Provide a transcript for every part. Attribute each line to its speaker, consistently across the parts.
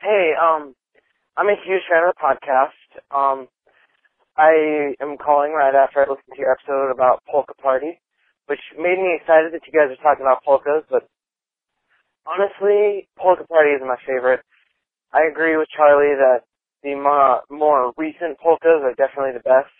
Speaker 1: Hey, um, I'm a huge fan of the podcast. Um, I am calling right after I listened to your episode about Polka Party, which made me excited that you guys are talking about polkas, but honestly, Polka Party is my favorite. I agree with Charlie that the more, more recent polkas are definitely the best.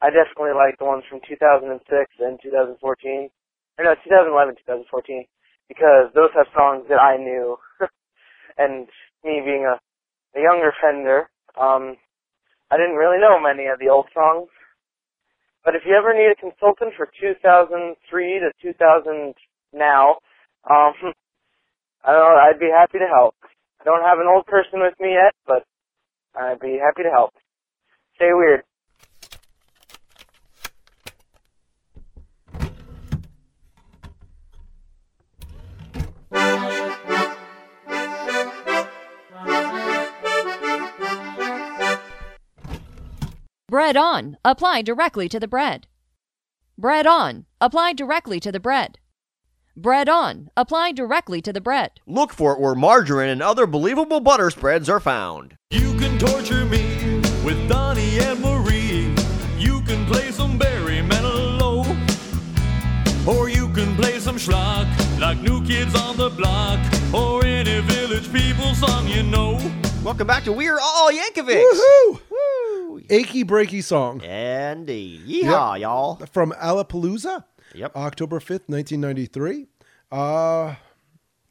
Speaker 1: I definitely like the ones from 2006 and 2014. Or no, 2011, 2014, because those have songs that I knew. and me being a, a younger Fender, um, I didn't really know many of the old songs. But if you ever need a consultant for 2003 to 2000 now, um, I don't know, I'd be happy to help. I don't have an old person with me yet, but I'd be happy to help. Stay weird.
Speaker 2: Bread on. Apply directly to the bread. Bread on. Apply directly to the bread. Bread on. Apply directly to the bread.
Speaker 3: Look for it where margarine and other believable butter spreads are found.
Speaker 4: You can torture me with Donnie and Marie. You can play some Barry Manilow. Or you can play some schlock like New Kids on the Block. Or any Village People song you know.
Speaker 3: Welcome back to We Are All Yankovics.
Speaker 5: Woohoo!
Speaker 3: Woo!
Speaker 5: Achy breaky song
Speaker 3: Indeed. Yeehaw, y'all.
Speaker 5: from Alapalooza,
Speaker 3: Yep.
Speaker 5: October 5th, 1993. Uh,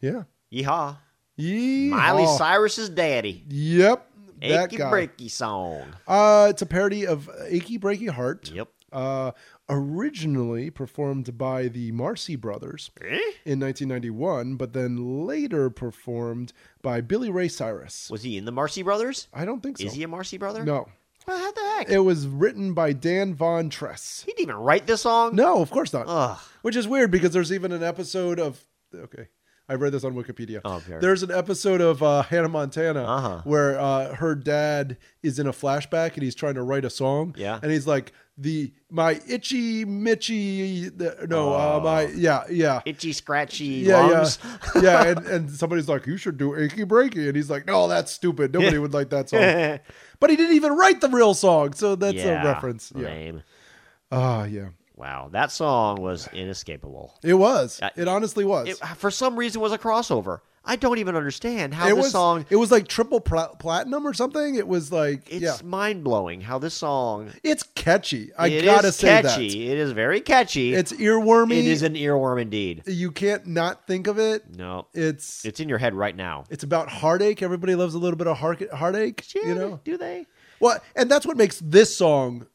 Speaker 5: yeah.
Speaker 3: Yeehaw.
Speaker 5: Yeehaw.
Speaker 3: Miley Cyrus's daddy.
Speaker 5: Yep. That
Speaker 3: Achy
Speaker 5: guy.
Speaker 3: breaky song.
Speaker 5: Uh, it's a parody of Achy Breaky Heart.
Speaker 3: Yep.
Speaker 5: Uh, originally performed by the Marcy Brothers in 1991, but then later performed by Billy Ray Cyrus.
Speaker 3: Was he in the Marcy Brothers?
Speaker 5: I don't think so.
Speaker 3: Is he a Marcy brother?
Speaker 5: no.
Speaker 3: Well, how the heck?
Speaker 5: It was written by Dan Von Tress.
Speaker 3: he Oh. didn't even write this song.
Speaker 5: No, of course not.
Speaker 3: Ugh.
Speaker 5: Which is weird because there's even an episode of okay, I read this on Wikipedia.
Speaker 3: Oh, fair.
Speaker 5: There's an episode of uh, Hannah Montana
Speaker 3: Uh-huh.
Speaker 5: where uh, her dad is in a flashback and he's trying to write a song.
Speaker 3: Yeah.
Speaker 5: and he's like the my itchy Mitchy. The, no, uh, my yeah yeah.
Speaker 3: Oh. Itchy, scratchy
Speaker 5: yeah,
Speaker 3: lungs.
Speaker 5: yeah, yeah, and, and somebody's like, "You should do achy breaky," and he's like, "No, that's stupid. Nobody would like that song." But he didn't even write the real song, so that's
Speaker 3: Yeah,
Speaker 5: a reference. Yeah,
Speaker 3: Lame.
Speaker 5: ah, yeah,
Speaker 3: Wow, that song was inescapable.
Speaker 5: it was.
Speaker 3: I-
Speaker 5: it honestly was.
Speaker 3: Uh, It, for some reason, was a crossover. I don't even understand how
Speaker 5: it
Speaker 3: this
Speaker 5: was
Speaker 3: song.
Speaker 5: it was like triple pla- platinum or something. It was like
Speaker 3: It's
Speaker 5: yeah,
Speaker 3: mind blowing how this song.
Speaker 5: it's catchy. I
Speaker 3: it
Speaker 5: gotta
Speaker 3: is
Speaker 5: say
Speaker 3: catchy.
Speaker 5: that
Speaker 3: It is very catchy.
Speaker 5: it's earwormy.
Speaker 3: it is an earworm indeed.
Speaker 5: you can't not think of it.
Speaker 3: No,
Speaker 5: It's it's,
Speaker 3: it's in your head right now.
Speaker 5: about heartache. Everybody loves a little bit of heart- heartache.
Speaker 3: Yeah,
Speaker 5: You know,
Speaker 3: do they?
Speaker 5: well, and that's what makes this song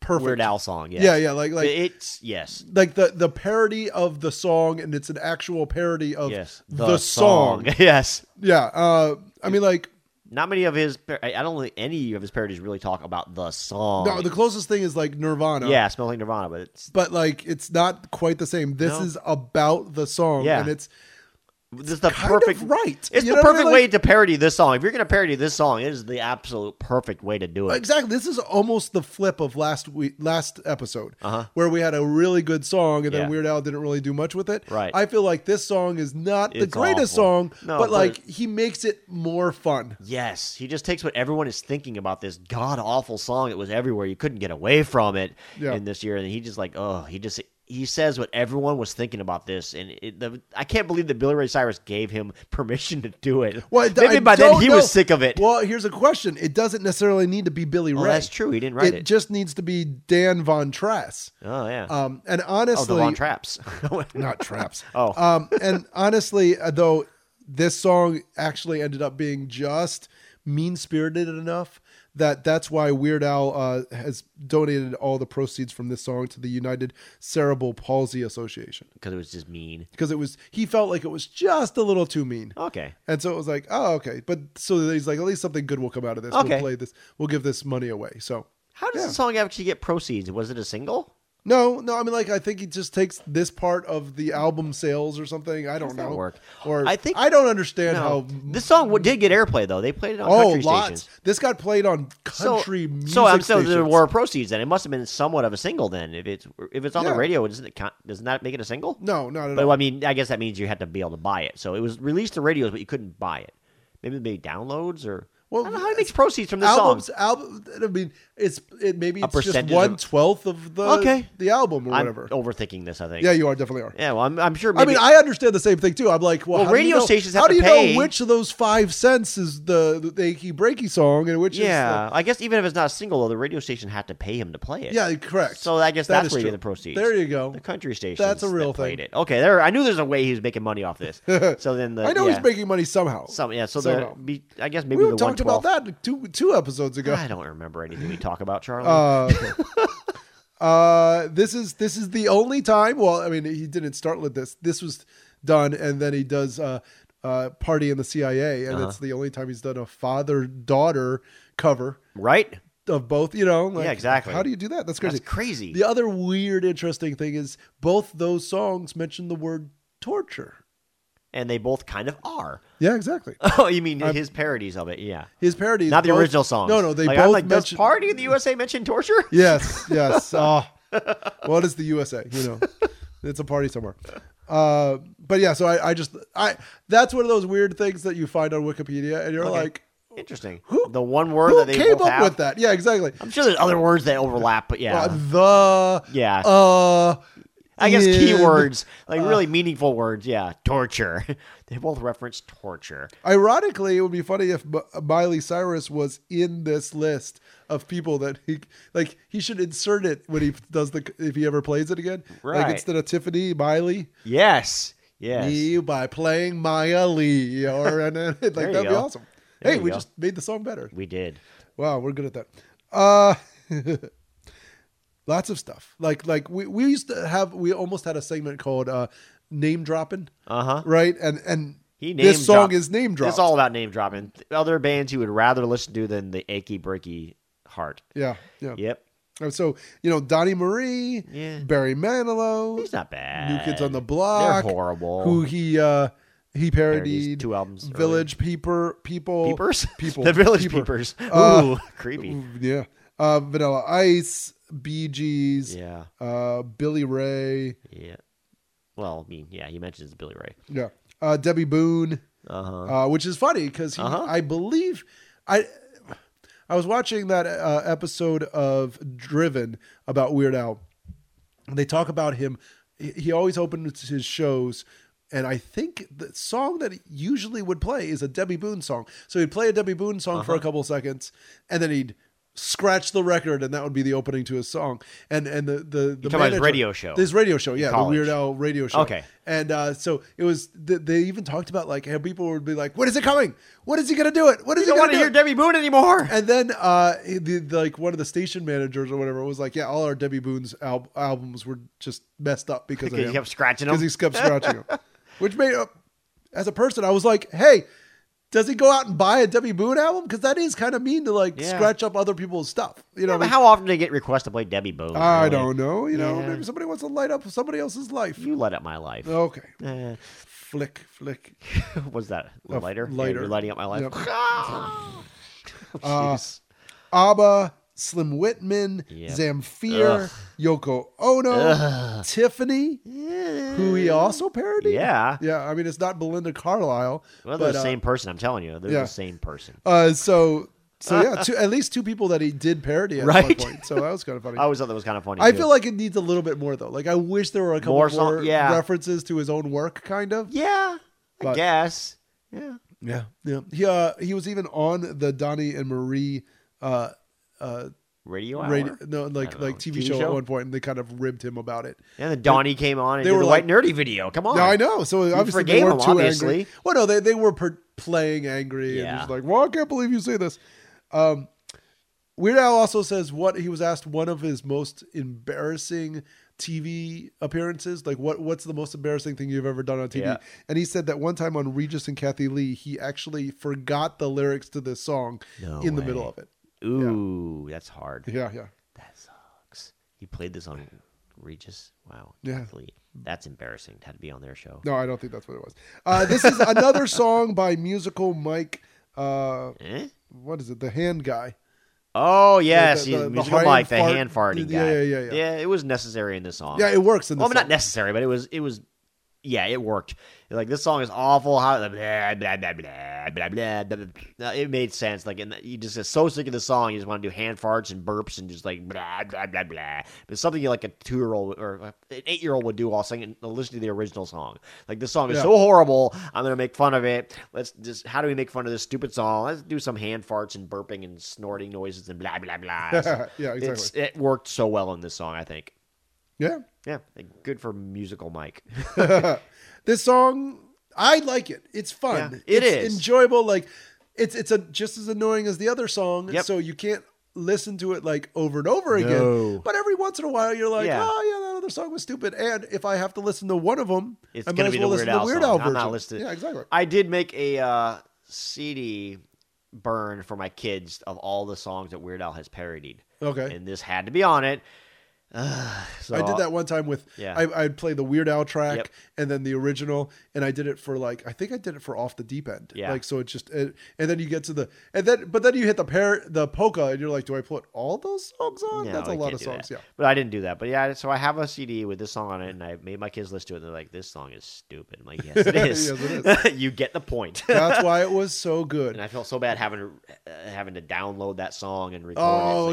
Speaker 5: perfect.
Speaker 3: Weird Al song. Yes.
Speaker 5: Yeah, yeah, like like.
Speaker 3: it's yes.
Speaker 5: like the, the parody of the song, and it's an actual parody of
Speaker 3: Yes,
Speaker 5: the, song.
Speaker 3: yes,
Speaker 5: Yeah, uh, I mean, like
Speaker 3: not many of his. par- I I don't think any of his parodies really talk about the song.
Speaker 5: no, the closest thing is like Nirvana.
Speaker 3: yeah, smells like Nirvana, but it's
Speaker 5: but like it's not quite the same. This
Speaker 3: No.
Speaker 5: is about the song,
Speaker 3: Yeah.
Speaker 5: and it's
Speaker 3: this is the
Speaker 5: kind of
Speaker 3: perfect
Speaker 5: right.
Speaker 3: It's
Speaker 5: You
Speaker 3: the
Speaker 5: know what I
Speaker 3: perfect
Speaker 5: mean? Like-
Speaker 3: way to parody this song. If you're going to parody this song, it is the absolute perfect way to do it.
Speaker 5: exactly this is almost the flip of last week, last episode,
Speaker 3: Uh-huh.
Speaker 5: where we had a really good song, and then
Speaker 3: Yeah.
Speaker 5: Weird Al didn't really do much with it.
Speaker 3: Right.
Speaker 5: I feel like this song is not the
Speaker 3: It's
Speaker 5: greatest
Speaker 3: awful.
Speaker 5: song,
Speaker 3: No,
Speaker 5: but
Speaker 3: but-
Speaker 5: like he makes it more fun.
Speaker 3: Yes, he just takes what everyone is thinking about this god awful song. It was everywhere. You couldn't get away from it
Speaker 5: Yeah.
Speaker 3: in this year, and he just like, oh, he just he says what everyone was thinking about this, and it, the, I can't believe that Billy Ray Cyrus gave him permission to do it.
Speaker 5: Well, I-
Speaker 3: Maybe
Speaker 5: I
Speaker 3: by then
Speaker 5: don't
Speaker 3: he
Speaker 5: know.
Speaker 3: was sick of it.
Speaker 5: Well, here's a question: It doesn't necessarily need to be Billy
Speaker 3: Well,
Speaker 5: Ray.
Speaker 3: that's true. He didn't write it.
Speaker 5: just needs to be Dan Von Trass.
Speaker 3: oh yeah.
Speaker 5: Um, and
Speaker 3: oh,
Speaker 5: honestly,
Speaker 3: the Von Traps.
Speaker 5: not traps.
Speaker 3: Oh.
Speaker 5: um, and honestly, uh, though, this song actually ended up being just mean spirited enough that that's why Weird Al uh, has donated all the proceeds from this song to the United Cerebral Palsy Association
Speaker 3: because it was just mean.
Speaker 5: because it was he felt like it was just a little too mean.
Speaker 3: Okay.
Speaker 5: And so it was like, oh, okay. But so he's like, at least something good will come out of this. We'll
Speaker 3: Okay.
Speaker 5: play this. We'll give this money away. So
Speaker 3: How does
Speaker 5: Yeah.
Speaker 3: the song actually get proceeds? Was it a single?
Speaker 5: no, no. I mean, like, I think he just takes this part of the album sales or something. I don't
Speaker 3: that
Speaker 5: know.
Speaker 3: work?
Speaker 5: Or
Speaker 3: I think-
Speaker 5: I don't understand
Speaker 3: No.
Speaker 5: how.
Speaker 3: This song w- did get airplay though. They played it on
Speaker 5: oh,
Speaker 3: country
Speaker 5: lots.
Speaker 3: stations.
Speaker 5: This got played on
Speaker 3: So-
Speaker 5: country music
Speaker 3: so I'm saying there
Speaker 5: stations.
Speaker 3: were proceeds, then it must have been somewhat of a single. Then if it's if it's on
Speaker 5: Yeah.
Speaker 3: the radio, doesn't it count, doesn't that make it a single?
Speaker 5: No, not at
Speaker 3: But
Speaker 5: all.
Speaker 3: I mean, I guess that means you had to be able to buy it. So it was released to radios, but you couldn't buy it. Maybe maybe downloads or
Speaker 5: Well, uh,
Speaker 3: I don't know how he makes proceeds from this song.
Speaker 5: albums album i mean it's it maybe
Speaker 3: A
Speaker 5: it's just
Speaker 3: percentage of-
Speaker 5: one twelfth of the
Speaker 3: Okay.
Speaker 5: the album or
Speaker 3: I'm
Speaker 5: whatever
Speaker 3: overthinking this. I think.
Speaker 5: yeah you are definitely are
Speaker 3: Yeah. Well, I'm, I'm sure.
Speaker 5: i
Speaker 3: Maybe,
Speaker 5: mean i understand the same thing too i'm like well,
Speaker 3: Well,
Speaker 5: how do you
Speaker 3: radio
Speaker 5: know-
Speaker 3: stations have
Speaker 5: how
Speaker 3: to
Speaker 5: do you
Speaker 3: pay.
Speaker 5: know which of those five cents is the the achy breaky song and which
Speaker 3: Yeah.
Speaker 5: is
Speaker 3: I guess even if it's not a single, though, the radio station had to pay him to play it.
Speaker 5: the, yeah correct
Speaker 3: So I guess
Speaker 5: That
Speaker 3: that's
Speaker 5: is
Speaker 3: where you
Speaker 5: true.
Speaker 3: get the proceeds.
Speaker 5: there you go
Speaker 3: The country station.
Speaker 5: That's a real thing.
Speaker 3: Played it. Okay, there. I knew there's a way he was making money off this. so then the
Speaker 5: i know
Speaker 3: yeah,
Speaker 5: he's making money somehow
Speaker 3: some. Yeah. So
Speaker 5: somehow.
Speaker 3: the be, I guess maybe
Speaker 5: we
Speaker 3: the
Speaker 5: were talked about
Speaker 3: 112
Speaker 5: that two two episodes ago
Speaker 3: I don't remember anything we talk about, Charlie.
Speaker 5: Uh, okay. uh, this is this is the only time. Well, I mean, he didn't start with this. This was done, and then he does uh, uh, "Party in the CIA," and
Speaker 3: Uh-huh.
Speaker 5: it's the only time he's done a father-daughter cover
Speaker 3: right?
Speaker 5: of both. You know, like,
Speaker 3: Yeah, exactly.
Speaker 5: How do you do that? That's crazy.
Speaker 3: That's crazy.
Speaker 5: The other weird, interesting thing is both those songs mention the word torture.
Speaker 3: and they both kind of are.
Speaker 5: Yeah, exactly.
Speaker 3: Oh, you mean his parodies of it? Yeah.
Speaker 5: His parodies,
Speaker 3: Not the
Speaker 5: both-
Speaker 3: original songs.
Speaker 5: No, no, they
Speaker 3: like,
Speaker 5: both
Speaker 3: I'm like,
Speaker 5: mention
Speaker 3: Does Party in the USA mention torture?
Speaker 5: Yes, yes. Uh, what is the USA? You know, it's a party somewhere. Uh, but yeah, so I, I just I that's one of those weird things that you find on Wikipedia, and you're
Speaker 3: Okay.
Speaker 5: like,
Speaker 3: Interesting.
Speaker 5: Who-
Speaker 3: the one word
Speaker 5: who
Speaker 3: that they
Speaker 5: came
Speaker 3: both
Speaker 5: up
Speaker 3: have.
Speaker 5: with that? Yeah, exactly.
Speaker 3: I'm sure there's other words that overlap, but yeah.
Speaker 5: Uh, the
Speaker 3: yeah.
Speaker 5: uh,
Speaker 3: I guess
Speaker 5: in-
Speaker 3: keywords, like really meaningful words. Yeah. Torture. they both reference torture.
Speaker 5: Ironically, it would be funny if M- Miley Cyrus was in this list of people that he like. He should insert it when he does the if he ever plays it again.
Speaker 3: Right.
Speaker 5: Like instead of Tiffany Miley,
Speaker 3: Yes. Yes.
Speaker 5: me by playing Maya Lee or and, and, like
Speaker 3: you
Speaker 5: that'd be
Speaker 3: go.
Speaker 5: awesome.
Speaker 3: There
Speaker 5: hey,
Speaker 3: you
Speaker 5: we
Speaker 3: go.
Speaker 5: just made the song better.
Speaker 3: We did.
Speaker 5: Wow, we're good at that. Uh lots of stuff. Like like we, we used to have we almost had a segment called uh name dropping,
Speaker 3: Uh huh.
Speaker 5: right? And and
Speaker 3: He name
Speaker 5: this song
Speaker 3: dropped-
Speaker 5: is name dropped.
Speaker 3: It's all about name dropping. Other bands you would rather listen to than the achy breaky heart.
Speaker 5: yeah, yeah.
Speaker 3: Yep.
Speaker 5: And So, you know, Donnie Marie,
Speaker 3: Yeah.
Speaker 5: Barry Manilow,
Speaker 3: He's not bad.
Speaker 5: New Kids on the Block.
Speaker 3: They're horrible.
Speaker 5: Who he uh he
Speaker 3: Parodies
Speaker 5: parodied
Speaker 3: two albums earlier.
Speaker 5: Village Peeper people
Speaker 3: Peepers?
Speaker 5: people
Speaker 3: the Village
Speaker 5: Peeper.
Speaker 3: Peepers. Ooh,
Speaker 5: Uh,
Speaker 3: creepy.
Speaker 5: Yeah. Uh, Vanilla Ice, Bee Gees,
Speaker 3: Yeah,
Speaker 5: uh, Billy Ray,
Speaker 3: yeah. Well, I mean, yeah, he mentions Billy Ray.
Speaker 5: yeah, uh, Debbie Boone,
Speaker 3: Uh-huh.
Speaker 5: uh, which is funny because
Speaker 3: Uh-huh.
Speaker 5: I believe I I was watching that uh, episode of Driven about Weird Al. And They talk about him. He he always opens his shows. And I think the song that he usually would play is a Debbie Boone song. So he'd play a Debbie Boone song for
Speaker 3: Uh-huh.
Speaker 5: a couple seconds, and then he'd scratch the record, and that would be the opening to his song. And and the the, the
Speaker 3: talking about his
Speaker 5: manager-
Speaker 3: radio show.
Speaker 5: his radio show, yeah, the
Speaker 3: college.
Speaker 5: Weird Al radio show.
Speaker 3: Okay.
Speaker 5: And uh, so it was. th- They even talked about like how people would be like, "What is it coming? What is he gonna do it? What is
Speaker 3: You don't
Speaker 5: he
Speaker 3: want
Speaker 5: gonna
Speaker 3: to hear
Speaker 5: do?"
Speaker 3: Debbie Boone anymore.
Speaker 5: and then uh, he- the, the, like one of the station managers or whatever was like, "Yeah, all our Debbie Boone's al- albums were just messed up because of
Speaker 3: Because
Speaker 5: him.
Speaker 3: he kept scratching
Speaker 5: because
Speaker 3: him.
Speaker 5: he kept scratching him." Which made uh, as a person, I was like, "Hey." Does he go out and buy a Debbie Boone album? Because that is kind of mean to like
Speaker 3: Yeah.
Speaker 5: scratch up other people's stuff. You know,
Speaker 3: Yeah,
Speaker 5: what I
Speaker 3: but
Speaker 5: mean?
Speaker 3: how often do they get requests to play Debbie Boone?
Speaker 5: I
Speaker 3: really?
Speaker 5: don't know. You know,
Speaker 3: Yeah.
Speaker 5: maybe somebody wants to light up somebody else's life.
Speaker 3: You light up my life.
Speaker 5: Okay,
Speaker 3: Eh,
Speaker 5: flick, flick.
Speaker 3: what's that?
Speaker 5: A f-
Speaker 3: Lighter? Yeah,
Speaker 5: lighter.
Speaker 3: you're lighting up my life. Ah!
Speaker 5: Yep. Uh,
Speaker 3: Jeez.
Speaker 5: ABBA, Slim Whitman,
Speaker 3: Yep.
Speaker 5: Zamfir,
Speaker 3: Ugh.
Speaker 5: Yoko Ono,
Speaker 3: Ugh.
Speaker 5: Tiffany, who he also parodied.
Speaker 3: Yeah.
Speaker 5: Yeah, I mean, it's not Belinda Carlisle.
Speaker 3: Well, they're
Speaker 5: but,
Speaker 3: the
Speaker 5: uh,
Speaker 3: same person. I'm telling you, they're
Speaker 5: yeah.
Speaker 3: the same person.
Speaker 5: Uh, so, so yeah, two, at least two people that he did parody at one
Speaker 3: Right?
Speaker 5: point. So that was kind of funny.
Speaker 3: I always thought that was kind of funny.
Speaker 5: I
Speaker 3: too.
Speaker 5: feel like it needs a little bit more, though. Like, I wish there were a couple more,
Speaker 3: More song- yeah.
Speaker 5: references to his own work, kind of.
Speaker 3: yeah,
Speaker 5: But-
Speaker 3: I guess. Yeah.
Speaker 5: Yeah. Yeah. He, uh, he was even on the Donnie and Marie. Uh, uh,
Speaker 3: Radio hour.
Speaker 5: radio, no, like
Speaker 3: don't know,
Speaker 5: like TV,
Speaker 3: TV
Speaker 5: show, at
Speaker 3: show?
Speaker 5: one point, and they kind of ribbed him about it.
Speaker 3: And then Donnie came on and
Speaker 5: they
Speaker 3: did
Speaker 5: were
Speaker 3: the
Speaker 5: like-
Speaker 3: White Nerdy video. Come on.
Speaker 5: No, I know. So obviously
Speaker 3: Oh.
Speaker 5: they
Speaker 3: forgave
Speaker 5: weren't
Speaker 3: him,
Speaker 5: too
Speaker 3: obviously.
Speaker 5: angry. Well, no, they they were per- playing angry and
Speaker 3: Yeah.
Speaker 5: just like, well, I can't believe you say this. Um, Weird Al also says what he was asked one of his most embarrassing TV appearances. Like, what what's the most embarrassing thing you've ever done on TV?
Speaker 3: Yeah.
Speaker 5: And he said that one time on Regis and Kathy Lee, he actually forgot the lyrics to this song
Speaker 3: No
Speaker 5: in the
Speaker 3: way.
Speaker 5: middle of it.
Speaker 3: Ooh, that's hard.
Speaker 5: Yeah, yeah.
Speaker 3: That sucks. He played this on Regis. Wow.
Speaker 5: Yeah.
Speaker 3: Athlete. That's embarrassing. Had to be on their show.
Speaker 5: No, I don't think that's what it was. Uh, this is another song by musical Mike. Uh,
Speaker 3: Eh?
Speaker 5: what is it? The hand guy.
Speaker 3: Oh yes,
Speaker 5: the-
Speaker 3: he's
Speaker 5: the- the
Speaker 3: musical
Speaker 5: hand
Speaker 3: Mike, the
Speaker 5: fart-
Speaker 3: hand farting
Speaker 5: yeah,
Speaker 3: guy.
Speaker 5: yeah, yeah, yeah.
Speaker 3: it was necessary in this song.
Speaker 5: Yeah, it works in the
Speaker 3: well, I mean,
Speaker 5: song.
Speaker 3: not necessary, but it was it was yeah, it worked. Like this song is awful. How blah blah blah blah blah blah. blah, blah. It made sense. Like and you just get so sick of the song, you just want to do hand farts and burps and just like blah blah blah blah. But something you like a two year old or an eight year old would do while singing, listening to the original song. Like this song is
Speaker 5: Yeah.
Speaker 3: so horrible. I'm gonna make fun of it. Let's just how do we make fun of this stupid song? Let's do some hand farts and burping and snorting noises and blah blah blah. So
Speaker 5: yeah, exactly.
Speaker 3: it's, it worked so well in this song. I think.
Speaker 5: yeah.
Speaker 3: Yeah, like, good for musical Mike.
Speaker 5: this song i like it it's fun
Speaker 3: Yeah, it
Speaker 5: it's
Speaker 3: is.
Speaker 5: enjoyable like it's it's a, just as annoying as the other song
Speaker 3: Yep.
Speaker 5: so you can't listen to it like over and over
Speaker 3: No.
Speaker 5: again but every once in a while you're like
Speaker 3: Yeah.
Speaker 5: oh yeah that other song was stupid and if i have to listen to one of them
Speaker 3: It's
Speaker 5: i might
Speaker 3: gonna
Speaker 5: as
Speaker 3: be the
Speaker 5: well
Speaker 3: Weird
Speaker 5: listen
Speaker 3: Al
Speaker 5: to the weird
Speaker 3: song.
Speaker 5: Al
Speaker 3: I'm not
Speaker 5: version
Speaker 3: listening-
Speaker 5: yeah exactly
Speaker 3: I did make a uh, CD burn for my kids of all the songs that Weird Al has parodied,
Speaker 5: okay
Speaker 3: and this had to be on it. Ugh, so
Speaker 5: I did that one time with
Speaker 3: Yeah.
Speaker 5: I, I'd play the Weird Al track
Speaker 3: Yep.
Speaker 5: and then the original, and I did it for like I think I did it for off the deep end.
Speaker 3: Yeah.
Speaker 5: Like so, it just it, and then you get to the and then but then you hit the pair the polka and you're like, do I put all those songs on?
Speaker 3: No,
Speaker 5: That's a
Speaker 3: I
Speaker 5: lot
Speaker 3: can't
Speaker 5: of
Speaker 3: do
Speaker 5: songs.
Speaker 3: that.
Speaker 5: Yeah.
Speaker 3: but I didn't do that. But yeah, so I have a CD with this song on it, and I made my kids listen to it. And they're like, "This song is stupid." I'm like, "Yes, it is.
Speaker 5: Yes,
Speaker 3: you get the point."
Speaker 5: That's why it was so good.
Speaker 3: and I felt so bad having to uh, having to download that song and record
Speaker 5: oh,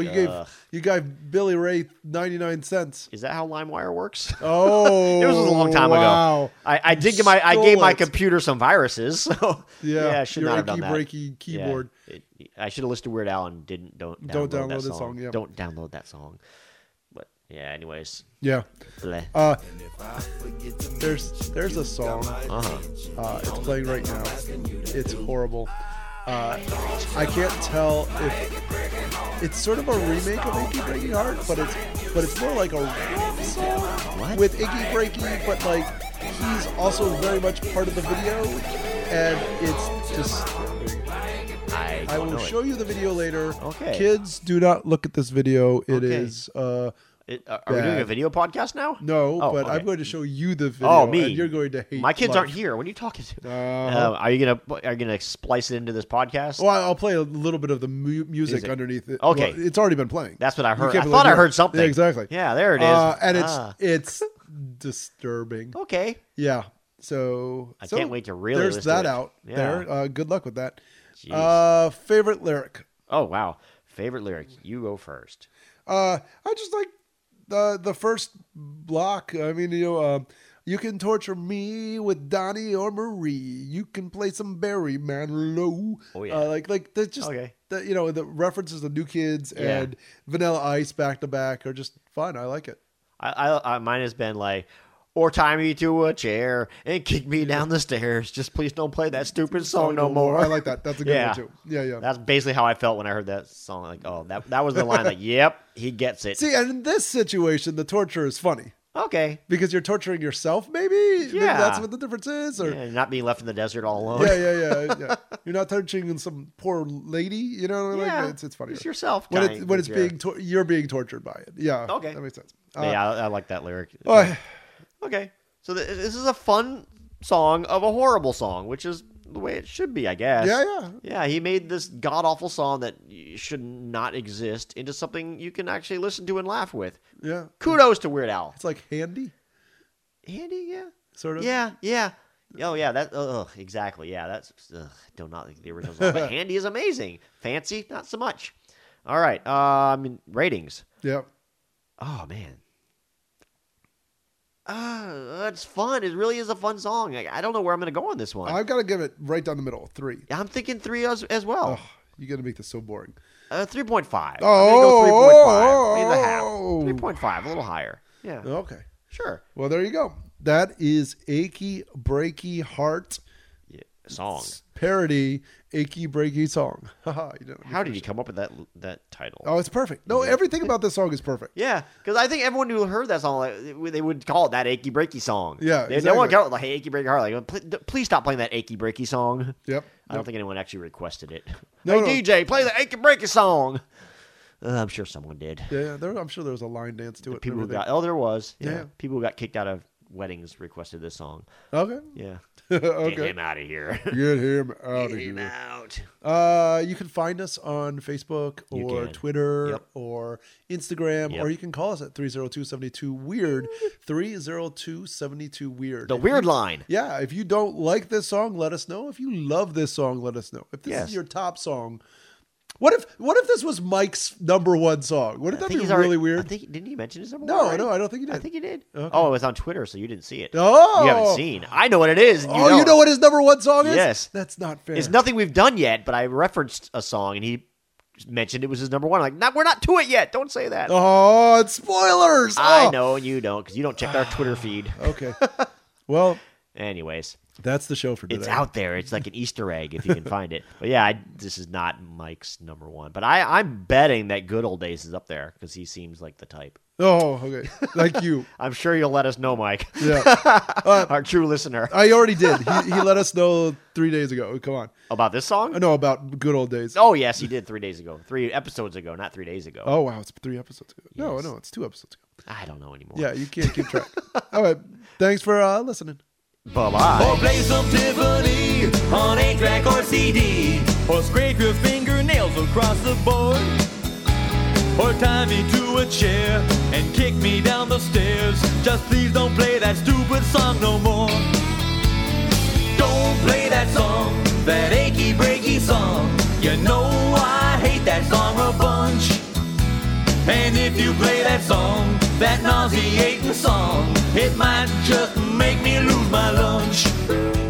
Speaker 3: it. It's
Speaker 5: you
Speaker 3: like,
Speaker 5: gave
Speaker 3: ugh.
Speaker 5: you gave Billy Ray ninety nine cents.
Speaker 3: Is that how LimeWire works?
Speaker 5: Oh,
Speaker 3: It was a long time ago.
Speaker 5: wow. ago.
Speaker 3: I, I did get my I gave my
Speaker 5: Stole it.
Speaker 3: computer some viruses, so
Speaker 5: Yeah,
Speaker 3: yeah I should
Speaker 5: your
Speaker 3: not have done
Speaker 5: achy
Speaker 3: that.
Speaker 5: breaky
Speaker 3: Yeah.
Speaker 5: keyboard.
Speaker 3: It- I should have listened to Weird Al and didn't don't download
Speaker 5: Don't
Speaker 3: that
Speaker 5: download the
Speaker 3: song.
Speaker 5: song, yeah.
Speaker 3: Don't download that song. But yeah, anyways,
Speaker 5: Yeah.
Speaker 3: bleh.
Speaker 5: Uh, there's there's a song.
Speaker 3: Uh-huh.
Speaker 5: Uh, it's playing right now. It's horrible. Uh, I can't tell if it's sort of a remake of Iggy Breaky Heart, but it's but it's more like a rap song
Speaker 3: What?
Speaker 5: with Iggy Breaky, but like he's also very much part of the video, and it's just.
Speaker 3: I,
Speaker 5: I
Speaker 3: don't
Speaker 5: will
Speaker 3: know
Speaker 5: show you the video later.
Speaker 3: Okay.
Speaker 5: Kids, do not look at this video. It
Speaker 3: Okay.
Speaker 5: is uh
Speaker 3: It. It- are are we doing a
Speaker 5: bad.
Speaker 3: video podcast now?
Speaker 5: no,
Speaker 3: Oh,
Speaker 5: but
Speaker 3: okay.
Speaker 5: I'm going to show you the video.
Speaker 3: Oh me,
Speaker 5: and you're going to hate
Speaker 3: My kids
Speaker 5: life.
Speaker 3: aren't here. What are you talking to?
Speaker 5: Uh-huh.
Speaker 3: Um, are you gonna are you gonna spliced it into this podcast?
Speaker 5: Well, I'll play a little bit of the mu- music,
Speaker 3: Music.
Speaker 5: underneath it.
Speaker 3: Okay.
Speaker 5: Well, it's already been playing.
Speaker 3: That's what I
Speaker 5: You
Speaker 3: heard.
Speaker 5: can't
Speaker 3: I
Speaker 5: believe
Speaker 3: thought I
Speaker 5: it.
Speaker 3: heard something.
Speaker 5: Yeah, exactly.
Speaker 3: Yeah, there it is.
Speaker 5: Uh, and it's
Speaker 3: Ah,
Speaker 5: it's disturbing.
Speaker 3: okay.
Speaker 5: Yeah. So
Speaker 3: I
Speaker 5: so
Speaker 3: can't wait to really
Speaker 5: There's
Speaker 3: listen to
Speaker 5: that
Speaker 3: it.
Speaker 5: out
Speaker 3: Yeah.
Speaker 5: there. Uh, good luck with that.
Speaker 3: Jeez.
Speaker 5: Uh, favorite lyric.
Speaker 3: Oh wow. Favorite lyric. You go first.
Speaker 5: Uh, I just like the the first block. I mean, you know, um, you can torture me with Donnie or Marie. You can play some Barry Manilow.
Speaker 3: Oh, yeah.
Speaker 5: Uh, like like they just
Speaker 3: Okay.
Speaker 5: the, you know the references to New Kids
Speaker 3: Yeah.
Speaker 5: and Vanilla Ice back to back are just fun. I like it.
Speaker 3: I, I, I mine has been like, or tie me to a chair and kick me down the stairs. Just please don't play that stupid song no more.
Speaker 5: I like that. That's a good
Speaker 3: Yeah.
Speaker 5: one too. Yeah, yeah.
Speaker 3: That's basically how I felt when I heard that song. Like, oh, that that was the line. Like, yep, he gets it.
Speaker 5: See, and in this situation, the torture is funny
Speaker 3: okay,
Speaker 5: because you're torturing yourself. Maybe, Maybe
Speaker 3: Yeah.
Speaker 5: that's what the difference is. Or
Speaker 3: yeah, not being left in the desert all alone.
Speaker 5: yeah, yeah, yeah, yeah. You're not touching some poor lady. You know, like
Speaker 3: Yeah.
Speaker 5: it's it's funny.
Speaker 3: It's yourself.
Speaker 5: when
Speaker 3: dying
Speaker 5: it's when it's
Speaker 3: yeah.
Speaker 5: being tor- you're being tortured by it. Yeah.
Speaker 3: Okay.
Speaker 5: that makes sense. Uh,
Speaker 3: yeah, I, I like that lyric.
Speaker 5: oh,
Speaker 3: okay, so th- this is a fun song of a horrible song, which is the way it should be, I guess.
Speaker 5: yeah, yeah.
Speaker 3: Yeah, he made this god awful song that y- should not exist into something you can actually listen to and laugh with.
Speaker 5: Yeah.
Speaker 3: Kudos to Weird Al.
Speaker 5: It's like handy,
Speaker 3: Andy, yeah,
Speaker 5: sort of.
Speaker 3: yeah, yeah. Oh yeah, that. Ugh, exactly. Yeah, that's. Ugh, do not like the original song, but Handy is amazing. Fancy, not so much. All right. Um, ratings.
Speaker 5: Yeah.
Speaker 3: Oh man. Uh, it's fun. It really is a fun song. I, I don't know where I'm gonna go on this one.
Speaker 5: I've got to give it right down the middle. Three.
Speaker 3: I'm thinking three as, as well.
Speaker 5: Oh, you're gonna make this so boring.
Speaker 3: Uh, three point five.
Speaker 5: Oh,
Speaker 3: I'm gonna go three point five. and a
Speaker 5: oh,
Speaker 3: half.
Speaker 5: oh.
Speaker 3: Three point five, a little higher. Yeah,
Speaker 5: Okay.
Speaker 3: sure.
Speaker 5: Well, there you go. That is achy breaky heart
Speaker 3: Yeah. Song.
Speaker 5: parody achy breaky song. Haha, you didn't.
Speaker 3: How did you come up with that that title?
Speaker 5: Oh, it's perfect. No, everything about this song is perfect.
Speaker 3: Yeah, because I think everyone who heard that song, like, they would call it that achy breaky song.
Speaker 5: Yeah,
Speaker 3: they, no one
Speaker 5: exactly.
Speaker 3: got like hey, achy breaky heart. Like, "Pl- please stop playing that achy breaky song.
Speaker 5: Yep.
Speaker 3: I don't think anyone actually requested it.
Speaker 5: No,
Speaker 3: hey
Speaker 5: no.
Speaker 3: DJ, play the achy breaky song. Uh, I'm sure someone did.
Speaker 5: Yeah, yeah. There, I'm sure there was a line dance to it. and
Speaker 3: People who
Speaker 5: everything.
Speaker 3: got oh, there was yeah.
Speaker 5: Yeah.
Speaker 3: People who got kicked out of weddings requested this song.
Speaker 5: Okay.
Speaker 3: Yeah, Get
Speaker 5: okay.
Speaker 3: him out of here.
Speaker 5: Get him out of
Speaker 3: Get him
Speaker 5: here.
Speaker 3: out.
Speaker 5: Uh, you can find us on Facebook
Speaker 3: You
Speaker 5: or
Speaker 3: can.
Speaker 5: Twitter
Speaker 3: Yep.
Speaker 5: or Instagram,
Speaker 3: Yep.
Speaker 5: or you can call us at 30272 Weird. 30272 Weird.
Speaker 3: The weird line.
Speaker 5: Yeah, if you don't like this song, let us know. If you love this song, let us know. If this
Speaker 3: Yes.
Speaker 5: is your top song, what if what if this was Mike's number one song? Wouldn't that be really
Speaker 3: already-
Speaker 5: weird?
Speaker 3: I think, didn't he mention his number
Speaker 5: no,
Speaker 3: one? already?
Speaker 5: no, I don't think you did.
Speaker 3: I think he did.
Speaker 5: Okay.
Speaker 3: Oh, it was on Twitter, so you didn't see it.
Speaker 5: oh,
Speaker 3: You haven't seen. I know what it is. and
Speaker 5: oh, you know what his number one song is?
Speaker 3: Yes.
Speaker 5: that's not fair.
Speaker 3: It's nothing we've done yet, but I referenced a song and he mentioned it was his number one. I'm like, no, we're not to it yet. Don't say that.
Speaker 5: Oh, it's spoilers.
Speaker 3: I
Speaker 5: Oh.
Speaker 3: know you don't because you don't check our Twitter feed.
Speaker 5: Okay. Well,
Speaker 3: Anyways,
Speaker 5: that's the show for today.
Speaker 3: it's out there. It's like an Easter egg if you can find it. But yeah, I, this is not Mike's number one, but I, I'm betting that Good Old Days is up there because he seems like the type.
Speaker 5: Oh, okay. Like you.
Speaker 3: I'm sure you'll let us know, Mike,
Speaker 5: Yeah.
Speaker 3: our true listener,
Speaker 5: I already did. He, he let us know three days ago. Come on.
Speaker 3: about this song.
Speaker 5: I know about good old days.
Speaker 3: Oh yes, he did three days ago, three episodes ago, not three days ago.
Speaker 5: Oh, wow. It's three episodes ago. No,
Speaker 3: Yes.
Speaker 5: no, it's two episodes ago.
Speaker 3: I don't know anymore.
Speaker 5: Yeah, you can't keep track. All right. Thanks for uh, listening.
Speaker 3: Bye bye.
Speaker 4: Or play some Tiffany on a track or CD. Or scrape your fingernails across the board. Or tie me to a chair and kick me down the stairs. Just please don't play that stupid song no more. Don't play that song, that achy breaky song. You know I hate that song a bunch. And if you play that song, that nauseating song, it might just make me lose my lunch.